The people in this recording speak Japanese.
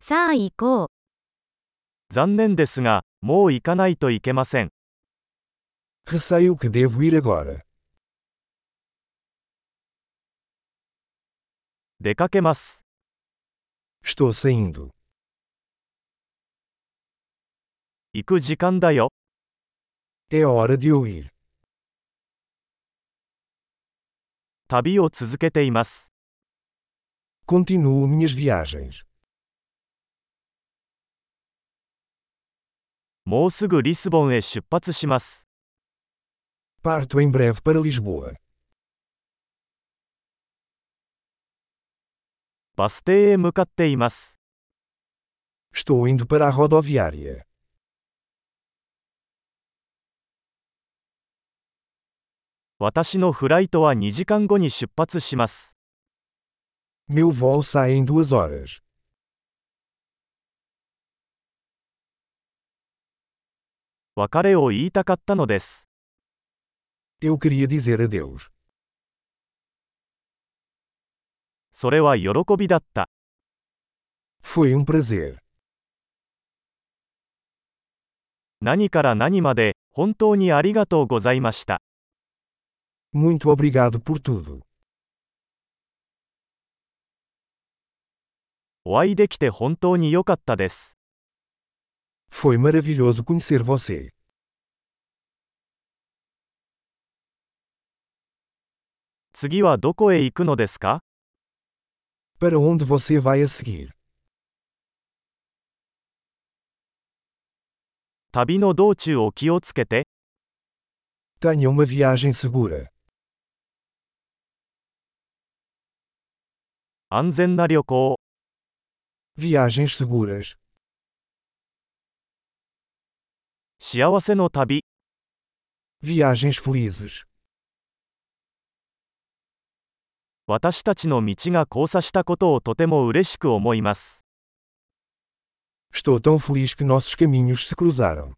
さあ行こう。残念ですが、もう行かないといけません。 Receio que devo ir agora. 出かけます。 Estou saindo. 行く時間だよ。 É hora de eu ir. 旅を続けています。 Continuo minhas viagens. もうすぐリスボンへ出発します。 Parto em breve para Lisboa. バス停へ向かっています。 Estou indo para a rodoviária. 私のフライトは2時間後に出発します。 Meu voo sai em duas horas. 別れを言いたかったのです。 Eu queria dizer adeus. それは喜びだった。 Foi um prazer. 何から何まで、本当にありがとうございました。 Muito obrigado por tudo. お会いできて本当に良かったです。 Foi maravilhoso conhecer você. 次はどこへ行くのですか Para onde você vai a seguir? 旅の道中を気をつけて、 Tenha uma viagem segura. 安全な旅行を。 Viagens seguras. 幸せの旅、 Viagens felizes. 私たちの道が交差したことをとても嬉しく思います。 Estou tão feliz que nossos caminhos se cruzaram.